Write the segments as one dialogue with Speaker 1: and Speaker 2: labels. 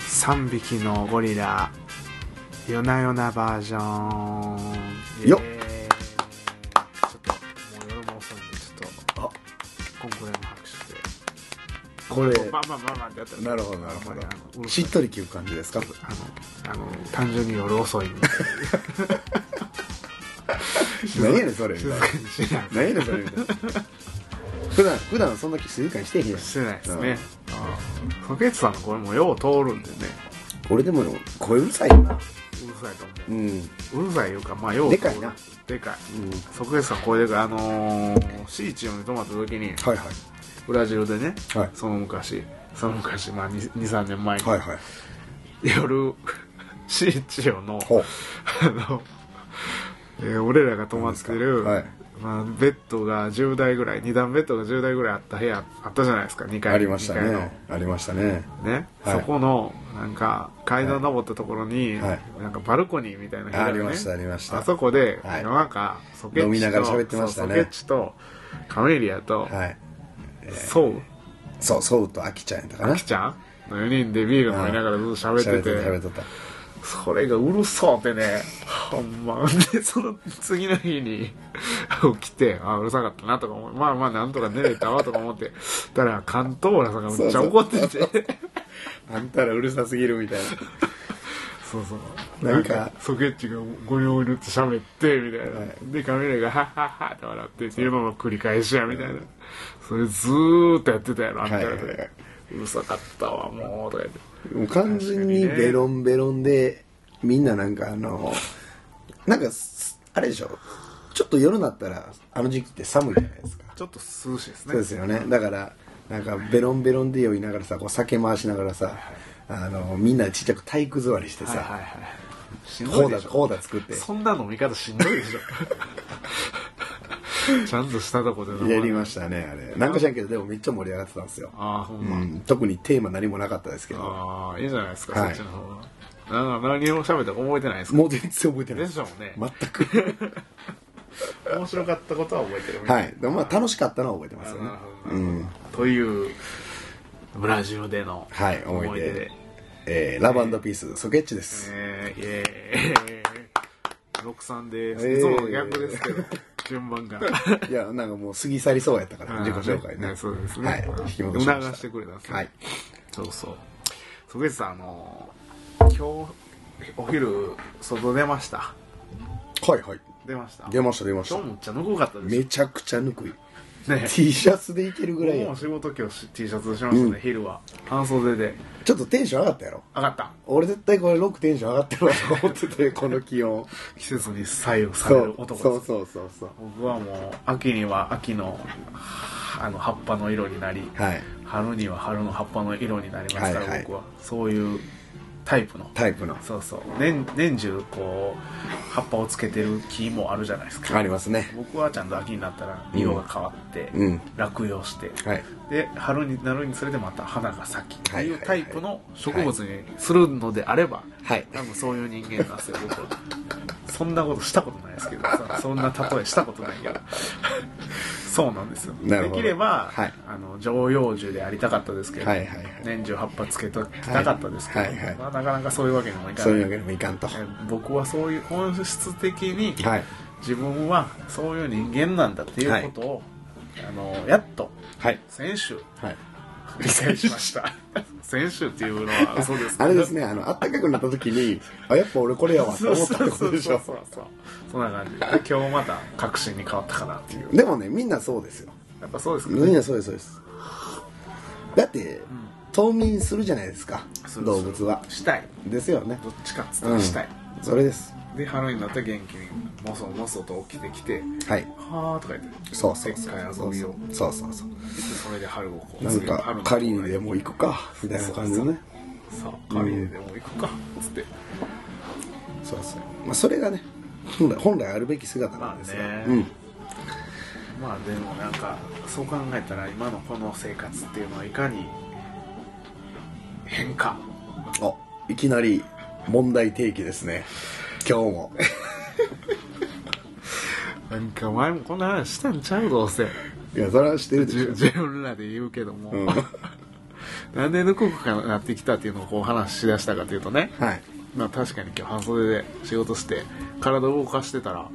Speaker 1: 3匹のゴリラ夜な夜なバージョン
Speaker 2: よ
Speaker 1: イ
Speaker 2: っ
Speaker 1: エーイちょっともう夜も遅いんでちょっと今後でも拍手で
Speaker 2: これ
Speaker 1: バンバンバンバンってやった
Speaker 2: なるほどなる
Speaker 1: あ
Speaker 2: ほ
Speaker 1: んまりあのう
Speaker 2: ど
Speaker 1: る
Speaker 2: し
Speaker 1: さい
Speaker 2: っとり切る感じですか
Speaker 1: あのあの単純に夜遅いんで
Speaker 2: 何やねんそれみ
Speaker 1: 静
Speaker 2: たい
Speaker 1: か
Speaker 2: な
Speaker 1: にしない
Speaker 2: 何やねんそれみたいな普段普段そんな静かにしてへんやん
Speaker 1: してないですねソケツさんの声もよう通るんでね
Speaker 2: 俺でも声うるさいよな
Speaker 1: うるさいと思う
Speaker 2: うん、うん、
Speaker 1: うるさいいうかまあよう
Speaker 2: でかいな
Speaker 1: でかい即月さんこれでかいあのー、シーチオに泊まった時に
Speaker 2: はいはい
Speaker 1: ブラジルでね、
Speaker 2: はい
Speaker 1: その昔その昔まあ23年前に、
Speaker 2: はいはい
Speaker 1: 夜 シーチオの
Speaker 2: ほう
Speaker 1: あの、えー俺らが泊まってる、
Speaker 2: はい
Speaker 1: まあ、ベッドが10台ぐらい2段ベッドが10台ぐらいあった部屋あったじゃないですか2階
Speaker 2: ありました
Speaker 1: 二階の
Speaker 2: ねありましたね
Speaker 1: ね、
Speaker 2: はい
Speaker 1: そこのなんか階段登ったところに、
Speaker 2: はい
Speaker 1: なんかバルコニーみたいな部屋がね
Speaker 2: ありましたありました
Speaker 1: あそこで、
Speaker 2: はい
Speaker 1: 夜中ソケッチと
Speaker 2: 飲みながら喋ってました
Speaker 1: そ
Speaker 2: ね
Speaker 1: うソケッチとカメリアと、
Speaker 2: はい
Speaker 1: ソウ
Speaker 2: そうソウとアキちゃんやったかな
Speaker 1: キちゃんの4人でビール飲みながらずっと喋ってて、
Speaker 2: 喋っとった
Speaker 1: それがうるそうってねほんまでその次の日に起きてあうるさかったなとか思いまあまあなんとか寝れたわとか思ってたら関東浦さんがめっちゃ怒ってて
Speaker 2: あんたらうるさすぎるみたい
Speaker 1: そうそう
Speaker 2: な
Speaker 1: なんん
Speaker 2: か
Speaker 1: かソケッチがゴニョゴニョって喋ってみたいな、
Speaker 2: はい
Speaker 1: でカメラが「ハッハッハッ」って笑ってっていうのも繰り返しやみたいな、それずーっとやってたやろあんたらと、
Speaker 2: はいはいはいう
Speaker 1: るさかったわもうとか言って
Speaker 2: なもう完全にベロンベロンでみんななんかあのなんかすあれでしょちょっと夜になったらあの時期って寒いじゃないですか
Speaker 1: ちょっと涼しいですね
Speaker 2: そうですよねだからなんかベロンベロンで酔いながらさこう酒回しながらさあのみんなちっちゃく体育座りして
Speaker 1: はいはい
Speaker 2: さ
Speaker 1: はいしんど
Speaker 2: こ
Speaker 1: いう
Speaker 2: だ
Speaker 1: でしょ
Speaker 2: こうだ作って
Speaker 1: そんな飲み方しんどいでしょちゃんとしたとこで飲まない
Speaker 2: やりましたねあれなんか知らんけどでもめっちゃ盛り上がってたんですよ
Speaker 1: ああほん
Speaker 2: う
Speaker 1: ま、
Speaker 2: ん、特にテーマ何もなかったですけど
Speaker 1: ああいいじゃないですか、
Speaker 2: はい
Speaker 1: そっちの方がなんか何を喋ったか覚えてないですか
Speaker 2: もう全然覚えてない
Speaker 1: でしょうね
Speaker 2: 全く
Speaker 1: 面白かったことは覚えてるみた
Speaker 2: はいいでもまあ楽しかったのは覚えてますよね
Speaker 1: なるほど
Speaker 2: うん
Speaker 1: というブラジルでの
Speaker 2: はい思い出
Speaker 1: 思い出で、
Speaker 2: えーラブピースソケッチです
Speaker 1: えー、イエーイ63です、
Speaker 2: えー
Speaker 1: いつもの逆ですけど順番 が
Speaker 2: いやなんかもう過ぎ去りそうやったから自己紹介ね
Speaker 1: そうですね、
Speaker 2: はい引き戻しま
Speaker 1: 促し
Speaker 2: して
Speaker 1: くれたんです
Speaker 2: た
Speaker 1: ね
Speaker 2: はい
Speaker 1: そうそうそげつさんあのー今日お昼外出ました
Speaker 2: はいはい
Speaker 1: 出ました
Speaker 2: 出ました出まし
Speaker 1: 今
Speaker 2: た
Speaker 1: 日むっちゃぬくかったです
Speaker 2: めちゃくちゃぬくい
Speaker 1: ね
Speaker 2: T シャツでいけるぐらい
Speaker 1: 僕
Speaker 2: や
Speaker 1: も仕事今日し T シャツしましたね、
Speaker 2: うん
Speaker 1: 昼は半袖で
Speaker 2: ちょっとテンション上がったやろ
Speaker 1: 上がった
Speaker 2: 俺絶対これ6テンション上がってるわと思っててこの気温
Speaker 1: 季節に左右さ
Speaker 2: そ
Speaker 1: れる
Speaker 2: う
Speaker 1: 男です
Speaker 2: そうそうそうそう
Speaker 1: 僕はもう秋には秋のあの葉っぱの色になり、
Speaker 2: はい
Speaker 1: 春には春の葉っぱの色になりますから、
Speaker 2: はいはい
Speaker 1: 僕はそういうタイプの
Speaker 2: タイプの
Speaker 1: そうそう年年中こう葉っぱをつけてる木もあるじゃないですか
Speaker 2: ありますね
Speaker 1: 僕はちゃんと秋になったら色が変わって、
Speaker 2: うん
Speaker 1: 落葉して、
Speaker 2: はい
Speaker 1: で春になるにつれてまた花が咲きと
Speaker 2: はい
Speaker 1: い
Speaker 2: はいうはい
Speaker 1: タイプの植物にするのであれば、
Speaker 2: はい
Speaker 1: 多分そういう人間なんですよ僕はそんなことしたことない ですけどそそんな例えしたことないけどそうなんですよ
Speaker 2: なるほ
Speaker 1: で
Speaker 2: ど
Speaker 1: きれば、
Speaker 2: はい
Speaker 1: あの常用樹でありたかったですけど、
Speaker 2: はいはいはい
Speaker 1: 年中葉っぱつけときたかったですけど、
Speaker 2: はいはいはい
Speaker 1: まあ、なかなかそういうわけにもいか
Speaker 2: そう
Speaker 1: ない
Speaker 2: いうわけにもいかんとは
Speaker 1: え僕はそういう本質的に、
Speaker 2: い
Speaker 1: 自分はそういう人間なんだっていうことを、あのやっと
Speaker 2: はい
Speaker 1: 先 週
Speaker 2: はい
Speaker 1: 理解しました先週っていうのはそうです
Speaker 2: あれですねあのあったかくなった時にあやっぱ俺これやわと
Speaker 1: そう
Speaker 2: 思っ
Speaker 1: そ
Speaker 2: たっ
Speaker 1: う
Speaker 2: て
Speaker 1: そ
Speaker 2: こと
Speaker 1: う
Speaker 2: でし
Speaker 1: そう
Speaker 2: ょ
Speaker 1: そうそんな感じで今日また確信に変わったかなっていう
Speaker 2: でもねみんなそうですよ
Speaker 1: やっぱそうですか
Speaker 2: みんなそうですそうですだって冬眠するじゃないですか
Speaker 1: そうそう
Speaker 2: 動物は
Speaker 1: したい
Speaker 2: ですよね
Speaker 1: どっちかっつった
Speaker 2: う
Speaker 1: ら
Speaker 2: ん
Speaker 1: したい、
Speaker 2: それです
Speaker 1: で春になったら元気にもそもそと起きてきて
Speaker 2: はい
Speaker 1: はーとか言って
Speaker 2: そうそうそ
Speaker 1: でっかいう遊びを
Speaker 2: そうそうそう
Speaker 1: それで春をこう
Speaker 2: なん
Speaker 1: 次の春
Speaker 2: か
Speaker 1: の
Speaker 2: 狩りにでも行くかみたいな感じのね
Speaker 1: さあ狩りにでも行くかっつって、
Speaker 2: そうそうまあそれがね本来本来あるべき姿なんですよ、
Speaker 1: まあね
Speaker 2: うん
Speaker 1: まあでもなんかそう考えたら今のこの生活っていうのはいかに変化
Speaker 2: あいきなり問題提起ですね今日 も
Speaker 1: なんか前もこんな話したんちゃうどうせ
Speaker 2: いやそれはしてるでしょ
Speaker 1: 自分らで言うけども、
Speaker 2: うん
Speaker 1: なんでぬくくなってきたっていうのをこう話しだしたかというとね、
Speaker 2: はい
Speaker 1: まあ、確かに今日半袖で仕事して体を動かしてたら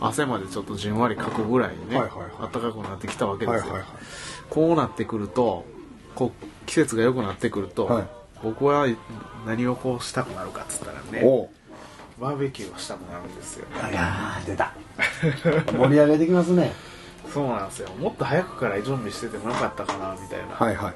Speaker 1: 汗までちょっとじんわりかくぐらいね、
Speaker 2: はいはいはい
Speaker 1: 暖かくなってきたわけですよ、
Speaker 2: はいはいはい
Speaker 1: こうなってくるとこう季節が良くなってくると、
Speaker 2: はい
Speaker 1: 僕は何をこうしたくなるかっつったらね
Speaker 2: おう
Speaker 1: バーベキューをしたくなるんですよ
Speaker 2: あらー出た 盛り上げてきますね
Speaker 1: そうなんですよもっと早くから準備しててもよかったかなみたいな、
Speaker 2: はいはい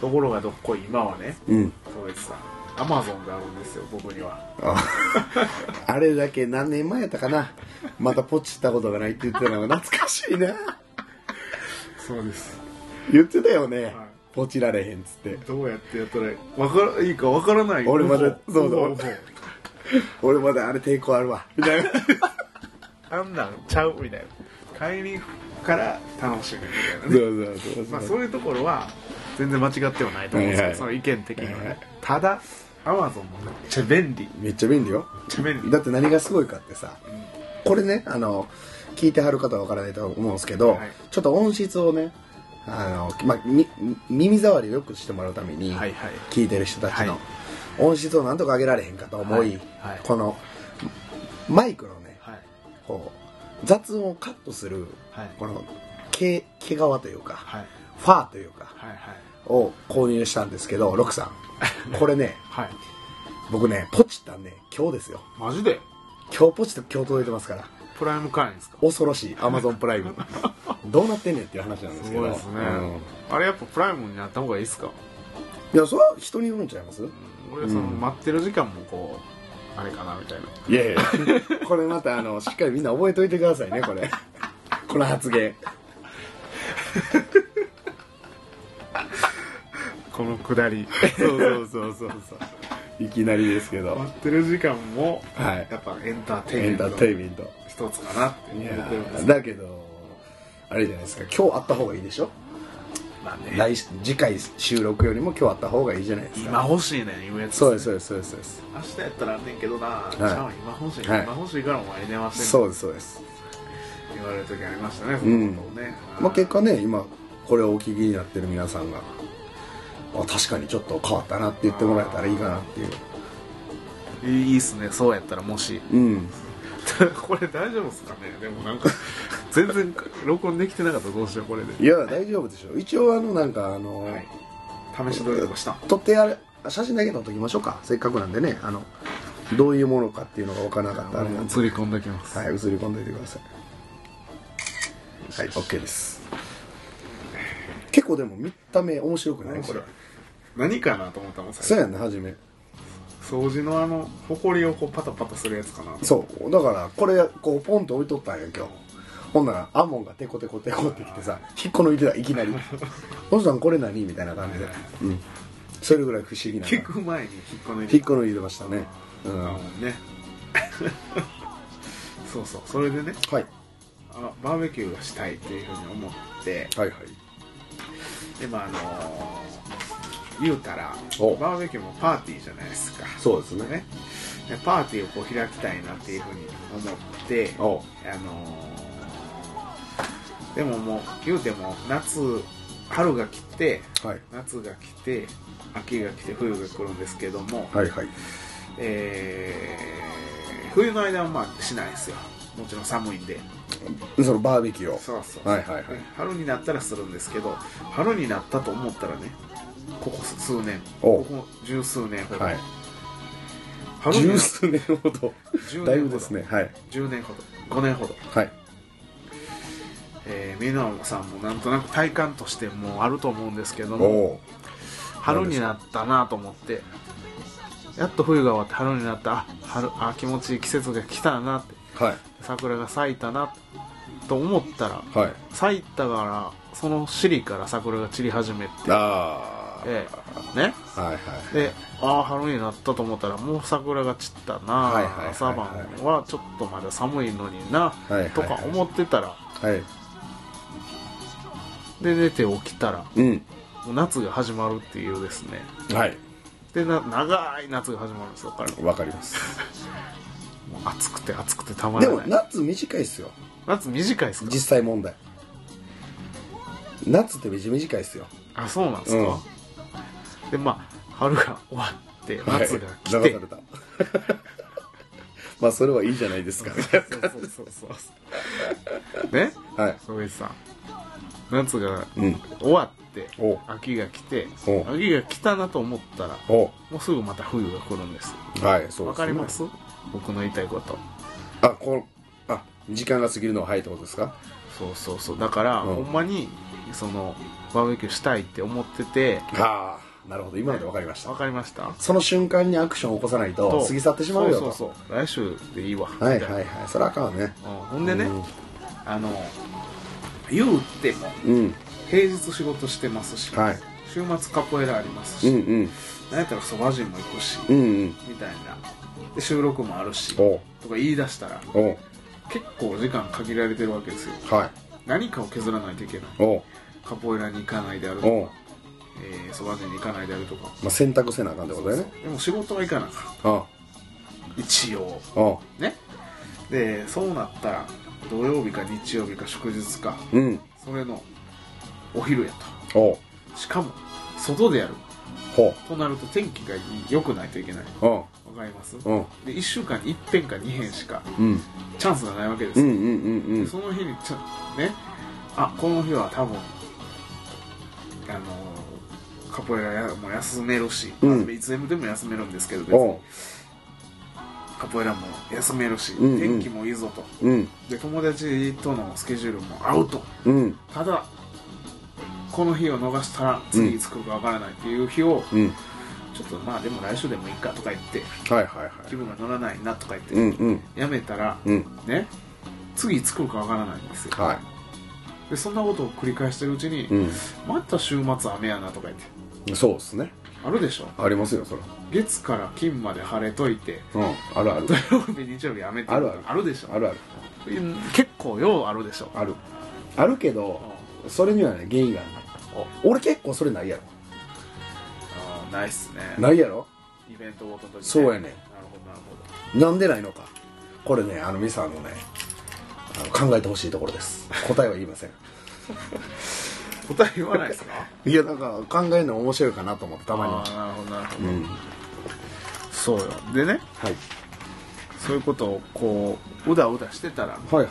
Speaker 1: ところがどっこい今はね
Speaker 2: うん
Speaker 1: 戸別さんアマゾンがあるんですよ僕には
Speaker 2: ああれだけ何年前やったかなまたポチったことがないって言ってたのが懐かしいな
Speaker 1: そうです
Speaker 2: 言ってたよね、
Speaker 1: い
Speaker 2: ポチられへんっつって
Speaker 1: どうやってやったらわからいいかわからない
Speaker 2: 俺まだ
Speaker 1: うほ
Speaker 2: そうそう
Speaker 1: ほほ
Speaker 2: 俺まだあれ抵抗あるわみ たいな
Speaker 1: あんなんちゃうみたいな帰りから楽しむみたいな
Speaker 2: そう
Speaker 1: ね
Speaker 2: そうそう
Speaker 1: まあ
Speaker 2: そ
Speaker 1: そうういうところは全然間違ってはないと思うんですけど、
Speaker 2: はいはい
Speaker 1: その意見的にはね、
Speaker 2: はいはい
Speaker 1: ただアマゾンもめっちゃ便利めっ
Speaker 2: めっちゃ便利よ
Speaker 1: ちゃ便利
Speaker 2: だって何がすごいかってさこれねあの聞いてはる方は分からないと思うんですけ
Speaker 1: は
Speaker 2: ど、
Speaker 1: い
Speaker 2: ちょっと音質をねあの、まあ、み耳障りをよくしてもらうために、
Speaker 1: はいはい
Speaker 2: 聞いてる人たちの
Speaker 1: は
Speaker 2: 音質をなんとか上げられへんかと思い、
Speaker 1: はいはい
Speaker 2: このマイクのね
Speaker 1: はい
Speaker 2: こう雑音をカットする
Speaker 1: はい
Speaker 2: この毛毛皮というか、
Speaker 1: はい
Speaker 2: ファーというか
Speaker 1: はい
Speaker 2: を購入したんですけどロクさ んこれね
Speaker 1: はいはい
Speaker 2: 僕ねポチったんね今日ですよ
Speaker 1: マジで
Speaker 2: 今日ポチって今日届いてますから
Speaker 1: プライム会員ですか
Speaker 2: 恐ろしいアマゾンプライ ムどうなってんねんっていう話なんです
Speaker 1: す
Speaker 2: けど
Speaker 1: ごいですね、
Speaker 2: うん
Speaker 1: あれやっぱプライムになった方がいいですか
Speaker 2: いやそれは人によるんちゃいます
Speaker 1: 俺その
Speaker 2: うん
Speaker 1: 待ってる時間もこうあれかなみたいない
Speaker 2: やいや これまたあのしっかりみんな覚えといてくださいねこ れこの発言
Speaker 1: このくだり
Speaker 2: そうそうそうそうそういきなりですけど
Speaker 1: 待ってる時間も
Speaker 2: はい
Speaker 1: やっぱエンターテイ
Speaker 2: エ
Speaker 1: メン
Speaker 2: ンタ
Speaker 1: ト
Speaker 2: ーテインメント
Speaker 1: 一つかなって
Speaker 2: い
Speaker 1: 思
Speaker 2: や
Speaker 1: ってるんです
Speaker 2: ーだけどあれじゃないですか今日あった方がいいでしょ
Speaker 1: まあね
Speaker 2: 来次回収録よりも今日あった方がいいじゃないですか
Speaker 1: 今欲しいね今やつ
Speaker 2: そうですそうですそうですそうです
Speaker 1: 明日やったらあんねんけどな、ちゃうん今欲しい、
Speaker 2: はい
Speaker 1: 今欲しいからお前に電話して
Speaker 2: そ
Speaker 1: ね
Speaker 2: うですそうです
Speaker 1: 言われる時ありましたねそのことをね、
Speaker 2: まあ、結果ね今これをお聞きになってる皆さんがあ確かにちょっと変わったなって言ってもらえたらいいかなっていう
Speaker 1: いいいいっすねそうやったらもし
Speaker 2: うん
Speaker 1: これ大丈夫っすかねでもなん か全然録音できてなかったらどうしようこれで
Speaker 2: いや大丈夫でしょ一応あのなんかあの、
Speaker 1: 試し撮りとかした
Speaker 2: 撮ってあれ写真だけ撮っときましょうかせっかくなんでねあのどういうものかっていうのが分からなかったらあれなんで
Speaker 1: 映り込んできます、
Speaker 2: はい映り込んでいてくださいはい OK です結構でも見た目面白くないこれ
Speaker 1: 何かなと思ったもん
Speaker 2: そ
Speaker 1: 最初
Speaker 2: うやんね初め
Speaker 1: 掃除のあのほこりをこうパタパタするやつかな
Speaker 2: そうだからこれこうポンと置いとったんや今日ほんならアモンがテコテコテコってきてさ引っこ抜いてたいき なり「おじさんこれ何?」みたいな感じで、うん、それぐらい不思議な
Speaker 1: 結構前に引っこ抜いて
Speaker 2: 引っこ抜いてましたねうん
Speaker 1: あ
Speaker 2: は
Speaker 1: のねそうそうそれでね
Speaker 2: いはい
Speaker 1: あバーベキューがしたいっていうふうに思って
Speaker 2: はい
Speaker 1: でもあのー言うたら
Speaker 2: お
Speaker 1: バーベキューもパーティーじゃないですか
Speaker 2: そうですね
Speaker 1: ねでパーティーをこう開きたいなっていうふうに思って
Speaker 2: おう
Speaker 1: あのーでももう言うても夏春が来て
Speaker 2: はい
Speaker 1: 夏が来て秋が来て冬が来るんですけども、
Speaker 2: はいはい
Speaker 1: えー冬の間はまあしないですよもちろん寒いんで
Speaker 2: そのバーベキューを
Speaker 1: そうそう
Speaker 2: はいはいはい
Speaker 1: で春になったらするんですけど春になったと思ったらねここ数年
Speaker 2: お
Speaker 1: ここ十数年ほど、
Speaker 2: はい
Speaker 1: 春にな
Speaker 2: 十数年ほど
Speaker 1: 10
Speaker 2: だいぶですねはい
Speaker 1: 10年ほど5年ほど、
Speaker 2: はい
Speaker 1: えー、皆さんもなんとなく体感としてもあると思うんですけど
Speaker 2: お
Speaker 1: も
Speaker 2: お
Speaker 1: 春になったなと思ってやっと冬が終わって春になったあ春あ気持ちいい季節が来たなって
Speaker 2: はい
Speaker 1: 桜が咲いたなと思ったら
Speaker 2: はい
Speaker 1: 咲いたからその尻から桜が散り始めて、
Speaker 2: ああ、
Speaker 1: ええね
Speaker 2: はいはい
Speaker 1: でああ春になったと思ったらもう桜が散ったな、
Speaker 2: はいはいはいはい
Speaker 1: 朝晩はちょっとまだ寒いのにな、
Speaker 2: いはいはい
Speaker 1: とか思ってたら
Speaker 2: はい
Speaker 1: で寝て起きたら
Speaker 2: うん
Speaker 1: もう夏が始まるっていうですね
Speaker 2: はい
Speaker 1: でな長い夏が始まるんですよ彼も
Speaker 2: わかります
Speaker 1: う暑くて暑くてたま
Speaker 2: で
Speaker 1: ら
Speaker 2: も
Speaker 1: ない
Speaker 2: 夏短いっすよ
Speaker 1: 夏短いですか
Speaker 2: 実際問題夏ってめっちゃ短いっすよ
Speaker 1: あそうなんですか、
Speaker 2: うん
Speaker 1: でまあ春が終わ って夏が来て、
Speaker 2: はい流された まあそれはいいじゃない ですか
Speaker 1: そうそうそうそうね
Speaker 2: はい
Speaker 1: 曽根さん夏が
Speaker 2: うん
Speaker 1: 終わって、
Speaker 2: お
Speaker 1: 秋が来て
Speaker 2: お
Speaker 1: 秋が来たなと思ったら
Speaker 2: お
Speaker 1: もうすぐまた冬が来るんです
Speaker 2: はいそうですね
Speaker 1: わかります僕の言いたいこと
Speaker 2: あこうあ時間が過ぎるのははいってことですか
Speaker 1: そうそうそうだから、
Speaker 2: うん
Speaker 1: ほんまにそのバーベキューしたいって思ってて
Speaker 2: ああなるほど今ので分かりました
Speaker 1: わかりました
Speaker 2: その瞬間にアクションを起こさないと過ぎ去ってしまうよと
Speaker 1: そうそうそう来週でいいわ
Speaker 2: はい
Speaker 1: みたいな
Speaker 2: はいはいそれはあかんわね
Speaker 1: うんほんでね、
Speaker 2: うん
Speaker 1: あの言うても
Speaker 2: うん
Speaker 1: 平日仕事してますし、
Speaker 2: はい
Speaker 1: 週末カポエラありますし、
Speaker 2: うん
Speaker 1: な
Speaker 2: うん
Speaker 1: んやったらそば人も行くし、
Speaker 2: うんうん
Speaker 1: みたいなで収録もあるしと
Speaker 2: お
Speaker 1: か言い出したら
Speaker 2: お
Speaker 1: 結構時間限られてるわけですよ
Speaker 2: はい
Speaker 1: 何かを削らないといけない
Speaker 2: お
Speaker 1: カポエラに行かないであると
Speaker 2: お
Speaker 1: かえーそば、人に行かないであるとか
Speaker 2: まあ選択せなあかんってことだよね
Speaker 1: でも仕事は行かなあかん
Speaker 2: あ
Speaker 1: 一応
Speaker 2: ああ
Speaker 1: ねでそうなったら土曜日か日曜日か祝日か
Speaker 2: うん
Speaker 1: それのお昼やと
Speaker 2: お
Speaker 1: しかも外でやる
Speaker 2: ほ
Speaker 1: となると天気が良くないといけないわ
Speaker 2: ううん
Speaker 1: かります
Speaker 2: うん
Speaker 1: で1週間に1遍か2遍しか
Speaker 2: うん
Speaker 1: チャンスがないわけです
Speaker 2: うんう
Speaker 1: よ、
Speaker 2: んうんうん
Speaker 1: その日にちゃねあこの日は多分あのカポエラやもう休めるし、
Speaker 2: うん
Speaker 1: いつでもでも休めるんですけど別
Speaker 2: お
Speaker 1: に
Speaker 2: う
Speaker 1: カポエラも休めるし、
Speaker 2: うんうん
Speaker 1: 天気もいいぞと
Speaker 2: うん
Speaker 1: で友達とのスケジュールも合うと
Speaker 2: うん
Speaker 1: ただこの日を逃したら次いつ来るかわからないっていう日を、
Speaker 2: うん
Speaker 1: ちょっとまあでも来週でもいいかとか言って
Speaker 2: はいはいは
Speaker 1: 気分が乗らないなとか言って、
Speaker 2: いうんうん
Speaker 1: やめたら、
Speaker 2: うん
Speaker 1: ね次いつ来るかわからないんですよ、
Speaker 2: は
Speaker 1: でそんなことを繰り返してるうちに、
Speaker 2: いうん
Speaker 1: また週末雨やなとか言って
Speaker 2: そうですね
Speaker 1: あるでしょ
Speaker 2: ありますよそれ
Speaker 1: 月から金まで晴れといて
Speaker 2: うんあるある
Speaker 1: 土曜日日曜日雨っていうのが
Speaker 2: ある
Speaker 1: あるでしょ
Speaker 2: あるある
Speaker 1: うん結構ようあるでしょ
Speaker 2: あるあるけどそれにはね原因があるね
Speaker 1: お
Speaker 2: 俺結構それないやろ
Speaker 1: あーないっすね
Speaker 2: ないやろ
Speaker 1: イベントごとの時、ね、
Speaker 2: そうやねん
Speaker 1: なるほどなるほ
Speaker 2: なんでないのかこれねあのミサのねあの考えてほしいところです答えは言いません
Speaker 1: ど答え言わないですか
Speaker 2: いやなんか考えるの面白いかなと思ってたまに
Speaker 1: あ
Speaker 2: は
Speaker 1: あなるほどなるほ
Speaker 2: う
Speaker 1: ど、
Speaker 2: んは
Speaker 1: そうよでね
Speaker 2: い
Speaker 1: そういうことをこううだうだしてたら
Speaker 2: はいはい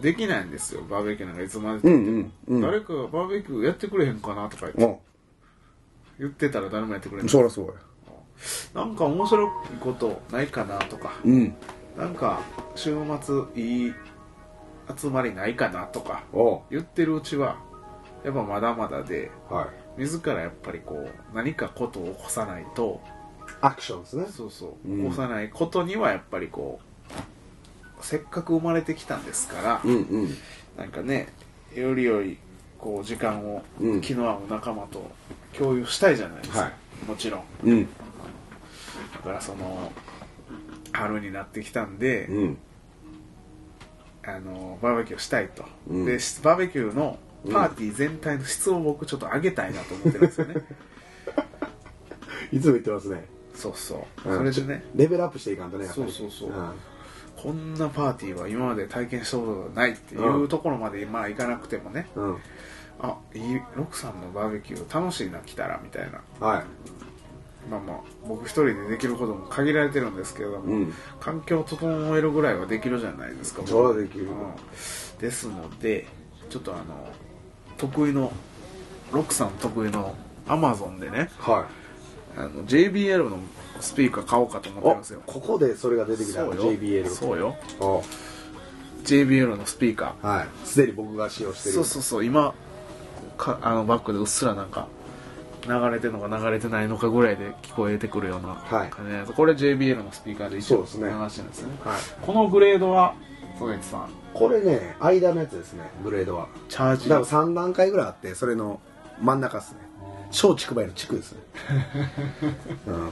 Speaker 1: できないんですよバーベキューなんかいつまでたっても、
Speaker 2: うんうんうん
Speaker 1: 誰かがバーベキューやってくれへんかなとか言って
Speaker 2: も
Speaker 1: 言ってたら誰もやってくれ
Speaker 2: う
Speaker 1: ない
Speaker 2: そりゃそうや
Speaker 1: なんか面白いことないかなとか
Speaker 2: うん
Speaker 1: なんか週末いい集まりないかなとか
Speaker 2: おう
Speaker 1: 言ってるうちはやっぱまだまだで
Speaker 2: はい
Speaker 1: 自らやっぱりこう何かことを起こさないと
Speaker 2: アクションですね
Speaker 1: そうそう
Speaker 2: うん
Speaker 1: 起こさないことにはやっぱりこうせっかく生まれてきたんですから
Speaker 2: うんうん
Speaker 1: なんかねよりよりこう時間を
Speaker 2: うん
Speaker 1: 気の合う仲間と共有したいじゃないですか、
Speaker 2: はい
Speaker 1: もちろん
Speaker 2: うん
Speaker 1: だからその春になってきたんで、
Speaker 2: うん
Speaker 1: あのバーベキューしたいと、
Speaker 2: うん
Speaker 1: でしバーベキューのパーティー全体の質を僕ちょっと上げたいなと思ってるんですよ ね
Speaker 2: いつも言ってますね
Speaker 1: そうそう、
Speaker 2: うん
Speaker 1: それでね
Speaker 2: レベルアップしていかんとねやっぱり
Speaker 1: そうそうそうんこんなパーティーは今まで体験したことがないっていうところまでまあ行かなくてもね、
Speaker 2: うん
Speaker 1: あいいロクさんのバーベキュー楽しいな来たらみたいな
Speaker 2: は
Speaker 1: まあまあ僕一人でできることも限られてるんですけれども、
Speaker 2: うん
Speaker 1: 環境を整えるぐらいはできるじゃないですか
Speaker 2: そうできる
Speaker 1: んですのでちょっとあの得意のロックさん得意のアマゾンでね
Speaker 2: いは
Speaker 1: あの JBL のスピーカー買おうかと思ってるんです
Speaker 2: いお
Speaker 1: よ
Speaker 2: ここでそれが出てきた
Speaker 1: そうよ
Speaker 2: JBL
Speaker 1: そうよ
Speaker 2: おう
Speaker 1: JBL のスピーカ
Speaker 2: はいすでに僕が使用し
Speaker 1: ー
Speaker 2: てる
Speaker 1: そうそうそう今かあのバックでうっすらなんか流れてるのか流れてないのかぐらいで聞こえてくるような
Speaker 2: はい
Speaker 1: 感じなんです、これ JBL のスピーカーで一応
Speaker 2: そう
Speaker 1: 流
Speaker 2: です
Speaker 1: して
Speaker 2: ね
Speaker 1: るんですね
Speaker 2: はい
Speaker 1: このグレードは曽口さん
Speaker 2: これね間のやつですねグレードは
Speaker 1: チャー
Speaker 2: だから3段階ぐらいあってそれの真ん中ですね小竹梅の竹ですね、 うん、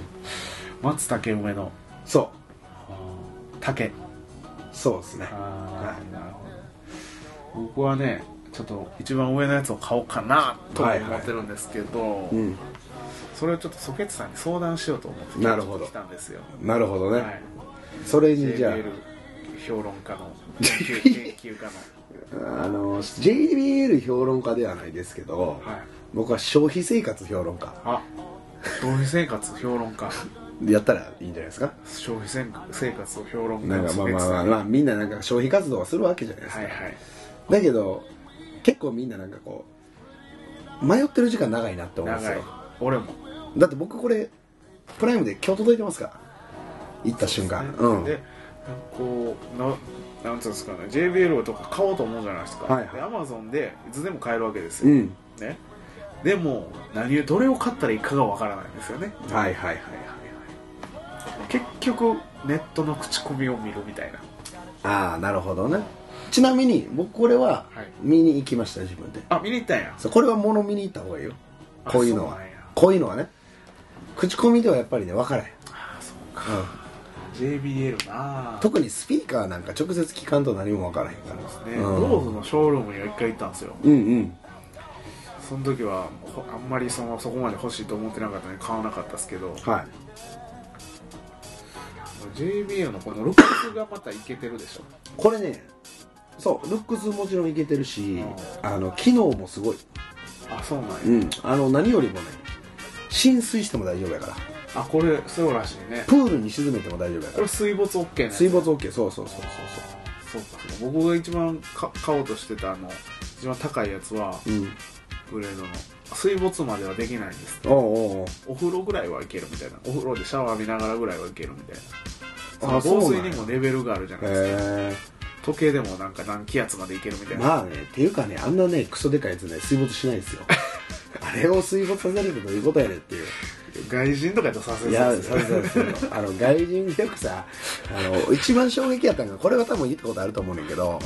Speaker 1: 松竹梅の
Speaker 2: そ
Speaker 1: 竹
Speaker 2: うそうですね
Speaker 1: ああなるほど僕はねちょっと一番上のやつを買おうかなとは思ってるんですけど、
Speaker 2: うん
Speaker 1: それをちょっとソケツさんに相談しようと思って
Speaker 2: なるほど
Speaker 1: 来たんですよ、
Speaker 2: なるほどね、
Speaker 1: はい、
Speaker 2: それにじゃあ
Speaker 1: JBL 評論家の研究研究家の
Speaker 2: あの JBL 評論家ではないですけど、
Speaker 1: はい
Speaker 2: 僕は消費生活評論家
Speaker 1: あ消費生活評論家
Speaker 2: やったらいいんじゃないですか
Speaker 1: 消費生生活を評論家
Speaker 2: なんかまあまあまあ、
Speaker 1: は
Speaker 2: まあ、みんななんか消費活動はするわけじゃないですか、
Speaker 1: いはい
Speaker 2: だけど結構みんななんかこう迷ってる時間長いなって思うんです
Speaker 1: 長い
Speaker 2: よ
Speaker 1: 俺も
Speaker 2: だって僕これプライムで今日届いてますから行った瞬間う,、ん
Speaker 1: でなんかこうななんつうんですかね JBL とか買おうと思うじゃないですか、
Speaker 2: はいはい
Speaker 1: で Amazon でいつでも買えるわけです
Speaker 2: う
Speaker 1: よ、
Speaker 2: ん
Speaker 1: ねでも何をどれを買ったらいいかがわからないんですよね
Speaker 2: はいはいはいはい
Speaker 1: 結局ネットの口コミを見るみたいな
Speaker 2: ああなるほどねちなみに僕これは
Speaker 1: はい
Speaker 2: 見に行きました自分で
Speaker 1: あ見に行ったんや
Speaker 2: そうこれは物見に行った方がいいよ
Speaker 1: あ
Speaker 2: こういうのは
Speaker 1: そうなんや
Speaker 2: こういうのはね口コミではやっぱりね分からへん、
Speaker 1: あそうか JBL なあ
Speaker 2: 特にスピーカーなんか直接聞かんと何も分からへんから
Speaker 1: ね、
Speaker 2: うん
Speaker 1: ローズのショールームには一回行ったんですよ
Speaker 2: うんうん
Speaker 1: その時はほあんまりそのそこまで欲しいと思ってなかったので買わなかったですけど
Speaker 2: はい
Speaker 1: JBL のこのルックスがまたいけてるでしょ
Speaker 2: これねそうルックスもちろんいけてるしあの機能もすごい、
Speaker 1: あそうなんや、
Speaker 2: うん、あの何よりもね浸水しても大丈夫やから
Speaker 1: あこれそうらしいね
Speaker 2: プールに沈めても大丈夫
Speaker 1: こ
Speaker 2: やか
Speaker 1: れ
Speaker 2: ら
Speaker 1: 水没 OK ね
Speaker 2: 水没 OK そうそうそう
Speaker 1: そ
Speaker 2: そう
Speaker 1: うかそうか僕が一番か買おうとしてたあの一番高いやつは
Speaker 2: そううん
Speaker 1: グレードの水没まではできないんです
Speaker 2: おうおうおう
Speaker 1: お風呂ぐらいはいけるみたいなお風呂でシャワー見ながらぐらいはいけるみたいな
Speaker 2: あ
Speaker 1: その
Speaker 2: そ
Speaker 1: 防
Speaker 2: う
Speaker 1: 水
Speaker 2: なんや
Speaker 1: にもレベルがあるじゃないですか
Speaker 2: へ
Speaker 1: 時計でもなんか何気圧までいけるみた
Speaker 2: え
Speaker 1: いな、
Speaker 2: まあねっていうかねあんなねクソでかいやつね水没しないですよあれを水没させるってどういうことやねんっていう
Speaker 1: 外人とかやったらさす
Speaker 2: い
Speaker 1: が
Speaker 2: や
Speaker 1: に
Speaker 2: さすがですよあの外人でよくさあの一番衝撃やったのがこれは多分言ったことあると思うねんけど